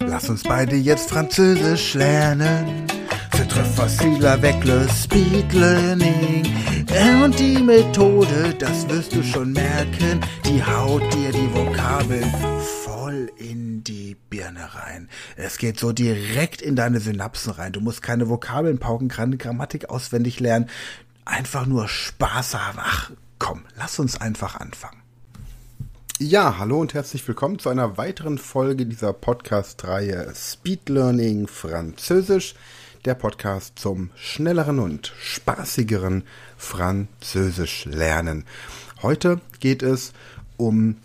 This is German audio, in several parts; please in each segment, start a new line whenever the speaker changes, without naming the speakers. lass uns beide jetzt Französisch lernen. Für Treffossiler weg le Speed Learning. Äh, Und die Methode, das wirst du schon merken, die haut dir die Vokabeln voll in die Birne rein. Es geht so direkt in deine Synapsen rein. Du musst keine Vokabeln pauken, keine Grammatik auswendig lernen. Einfach nur Spaß haben. Ach, komm, lass uns einfach anfangen.
Ja, hallo und herzlich willkommen zu einer weiteren Folge dieser Podcast-Reihe Speed Learning Französisch, der Podcast zum schnelleren und spaßigeren Französisch lernen. Heute geht es um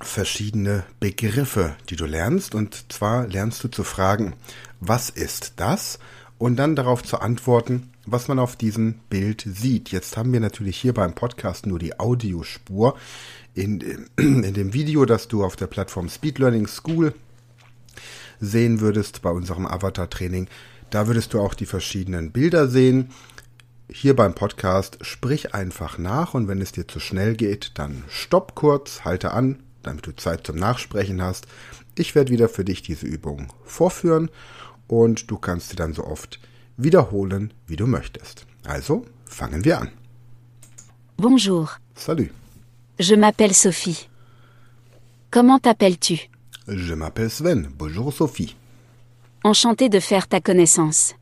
verschiedene Begriffe, die du lernst. Und zwar lernst du zu fragen, was ist das? Und dann darauf zu antworten, was man auf diesem Bild sieht. Jetzt haben wir natürlich hier beim Podcast nur die Audiospur. In, dem- in dem Video, das du auf der Plattform Speed Learning School sehen würdest, bei unserem Avatar-Training, da würdest du auch die verschiedenen Bilder sehen. Hier beim Podcast sprich einfach nach und wenn es dir zu schnell geht, dann stopp kurz, halte an, damit du Zeit zum Nachsprechen hast. Ich werde wieder für dich diese Übung vorführen und du kannst sie dann so oft wiederholen, wie du möchtest. Also fangen wir an.
Bonjour,
Salut,
je m'appelle Sophie. Comment t'appelles-tu
je m'appelle Sven, bonjour Sophie,
Enchantée de faire ta connaissance.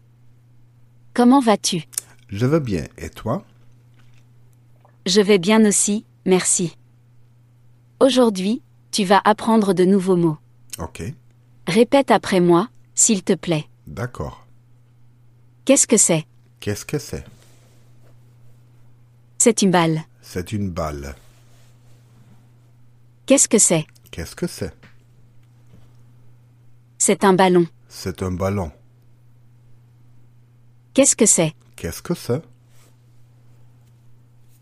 Comment vas-tu
je vais bien et toi?
Je vais bien aussi, merci. Aujourd'hui, tu vas apprendre de nouveaux mots.
Ok,
Répète après moi, s'il te plaît.
d'accord.
Qu'est-ce que c'est
Qu'est-ce que c'est?
C'est une balle.
C'est une balle.
Qu'est-ce que c'est
Qu'est-ce que c'est?
C'est un ballon.
C'est un ballon.
Qu'est-ce que c'est
Qu'est-ce que c'est?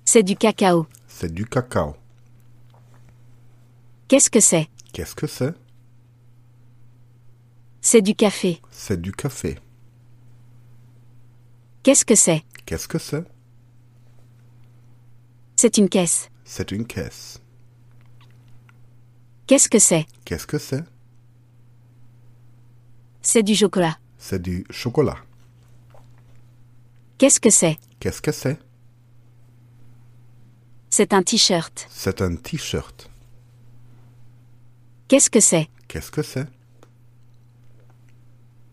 C'est du cacao.
C'est du cacao.
Qu'est-ce que c'est
Qu'est-ce que c'est?
C'est du café.
C'est du café.
Qu'est-ce que c'est
Qu'est-ce que c'est?
C'est une caisse.
C'est une caisse.
Qu'est-ce que c'est
Qu'est-ce que c'est?
C'est du chocolat.
C'est du chocolat.
Qu'est-ce que c'est
Qu'est-ce que c'est?
C'est un t-shirt.
C'est un t-shirt.
Qu'est-ce que c'est
Qu'est-ce que c'est?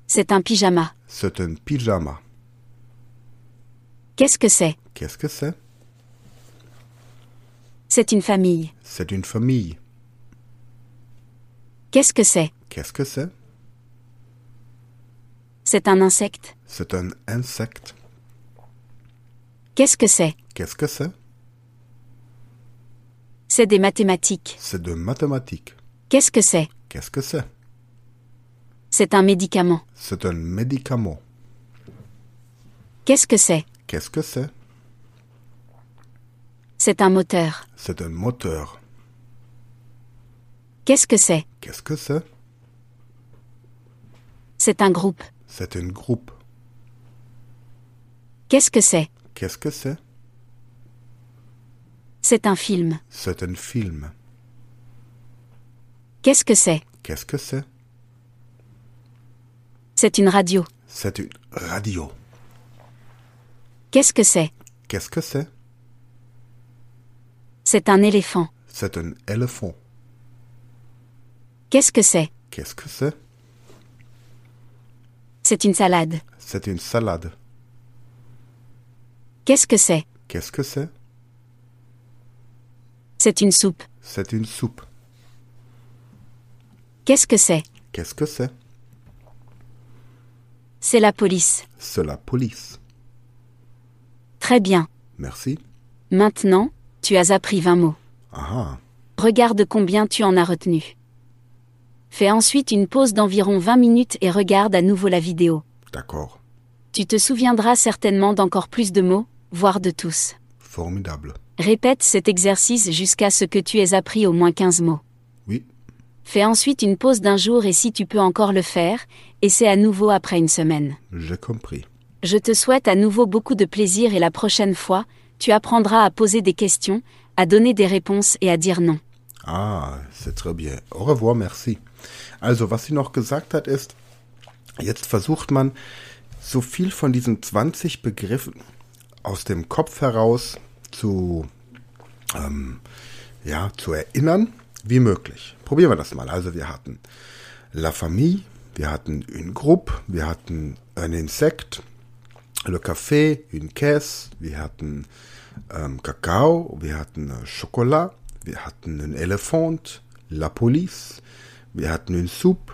C'est un pyjama.
C'est un pyjama.
Qu'est-ce que c'est
Qu'est-ce que c'est?
C'est une famille.
C'est une famille.
Qu'est-ce que c'est
Qu'est-ce que c'est?
C'est un insecte.
C'est un insecte.
Qu'est-ce que c'est
Qu'est-ce que c'est?
C'est des mathématiques.
C'est de mathématiques.
Qu'est-ce que c'est
Qu'est-ce que c'est?
C'est un médicament.
C'est un médicament.
Qu'est-ce que c'est
Qu'est-ce que c'est?
C'est un moteur.
C'est un moteur.
Qu'est-ce que c'est
Qu'est-ce que c'est?
C'est un groupe.
C'est un groupe.
Qu'est-ce que c'est
Qu'est-ce que c'est?
C'est un film.
C'est un film.
Qu'est-ce que c'est
Qu'est-ce que c'est?
C'est une radio.
C'est une radio.
Qu'est-ce que c'est
Qu'est-ce que c'est?
C'est un éléphant.
C'est un éléphant.
Qu'est-ce que c'est
Qu'est-ce que c'est?
C'est une salade.
C'est une salade.
Qu'est-ce que c'est
Qu'est-ce que c'est?
C'est une soupe.
C'est une soupe.
Qu'est-ce que c'est
Qu'est-ce que c'est?
C'est la police.
C'est la police.
Très bien.
Merci. Ah
Maintenant, tu as appris 20 mots.
Aha.
Regarde combien tu en as retenu. Fais ensuite une pause d'environ 20 minutes et regarde à nouveau la vidéo.
D'accord.
Tu te souviendras certainement d'encore plus de mots, voire de tous.
Formidable.
Répète cet exercice jusqu'à ce que tu aies appris au moins 15 mots.
Oui.
Fais ensuite une pause d'un jour et si tu peux encore le faire, essaie à nouveau après une semaine.
J'ai compris.
Je te souhaite à nouveau beaucoup de plaisir et la prochaine fois, tu apprendras à poser des questions, à donner des réponses et à dire non.
Ah, c'est très bien. Au revoir, merci. Also, was sie noch gesagt hat, ist, jetzt versucht man, so viel von diesen 20 Begriffen aus dem Kopf heraus zu, ähm, ja, zu erinnern, wie möglich. Probieren wir das mal. Also, wir hatten La Famille, wir hatten une groupe, wir hatten un insect, le café, une caisse, wir hatten ähm, Kakao, wir hatten äh, Schokolade, wir hatten einen Elefant, la police, wir hatten une soupe,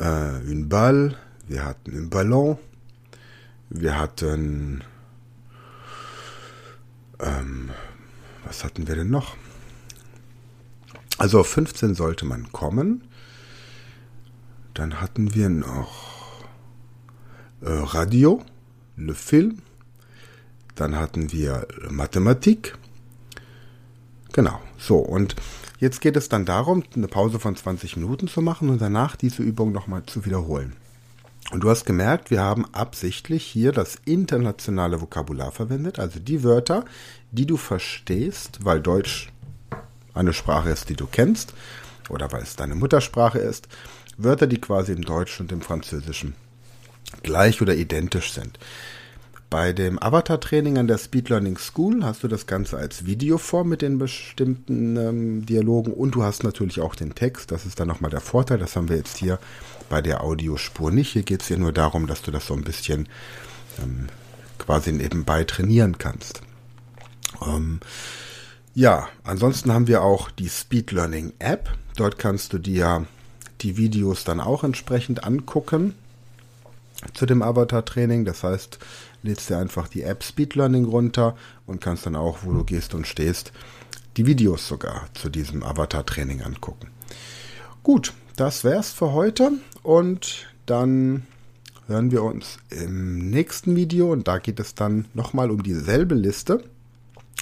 äh, une balle, wir hatten einen Ballon, wir hatten, ähm, was hatten wir denn noch? Also auf 15 sollte man kommen. Dann hatten wir noch äh, Radio, le Film. Dann hatten wir äh, Mathematik. Genau, so. Und jetzt geht es dann darum, eine Pause von 20 Minuten zu machen und danach diese Übung nochmal zu wiederholen. Und du hast gemerkt, wir haben absichtlich hier das internationale Vokabular verwendet, also die Wörter, die du verstehst, weil Deutsch eine Sprache ist, die du kennst oder weil es deine Muttersprache ist. Wörter, die quasi im Deutschen und im Französischen gleich oder identisch sind. Bei dem Avatar-Training an der Speed Learning School hast du das Ganze als Videoform mit den bestimmten ähm, Dialogen und du hast natürlich auch den Text. Das ist dann nochmal der Vorteil. Das haben wir jetzt hier bei der Audiospur nicht. Hier geht es ja nur darum, dass du das so ein bisschen ähm, quasi nebenbei trainieren kannst. Ähm, ja, ansonsten haben wir auch die Speed Learning App. Dort kannst du dir die Videos dann auch entsprechend angucken zu dem Avatar-Training. Das heißt, lädst dir einfach die App Speed Learning runter und kannst dann auch, wo du gehst und stehst, die Videos sogar zu diesem Avatar-Training angucken. Gut, das wär's für heute und dann hören wir uns im nächsten Video und da geht es dann nochmal um dieselbe Liste,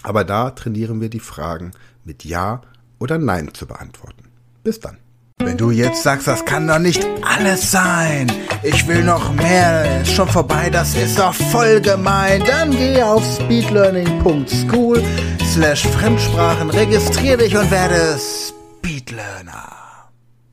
aber da trainieren wir die Fragen mit Ja oder Nein zu beantworten. Bis dann.
Wenn du jetzt sagst, das kann doch nicht alles sein. Ich will noch mehr, ist schon vorbei, das ist doch voll gemein. Dann geh auf speedlearning.school slash Fremdsprachen, registrier dich und werde Speedlearner.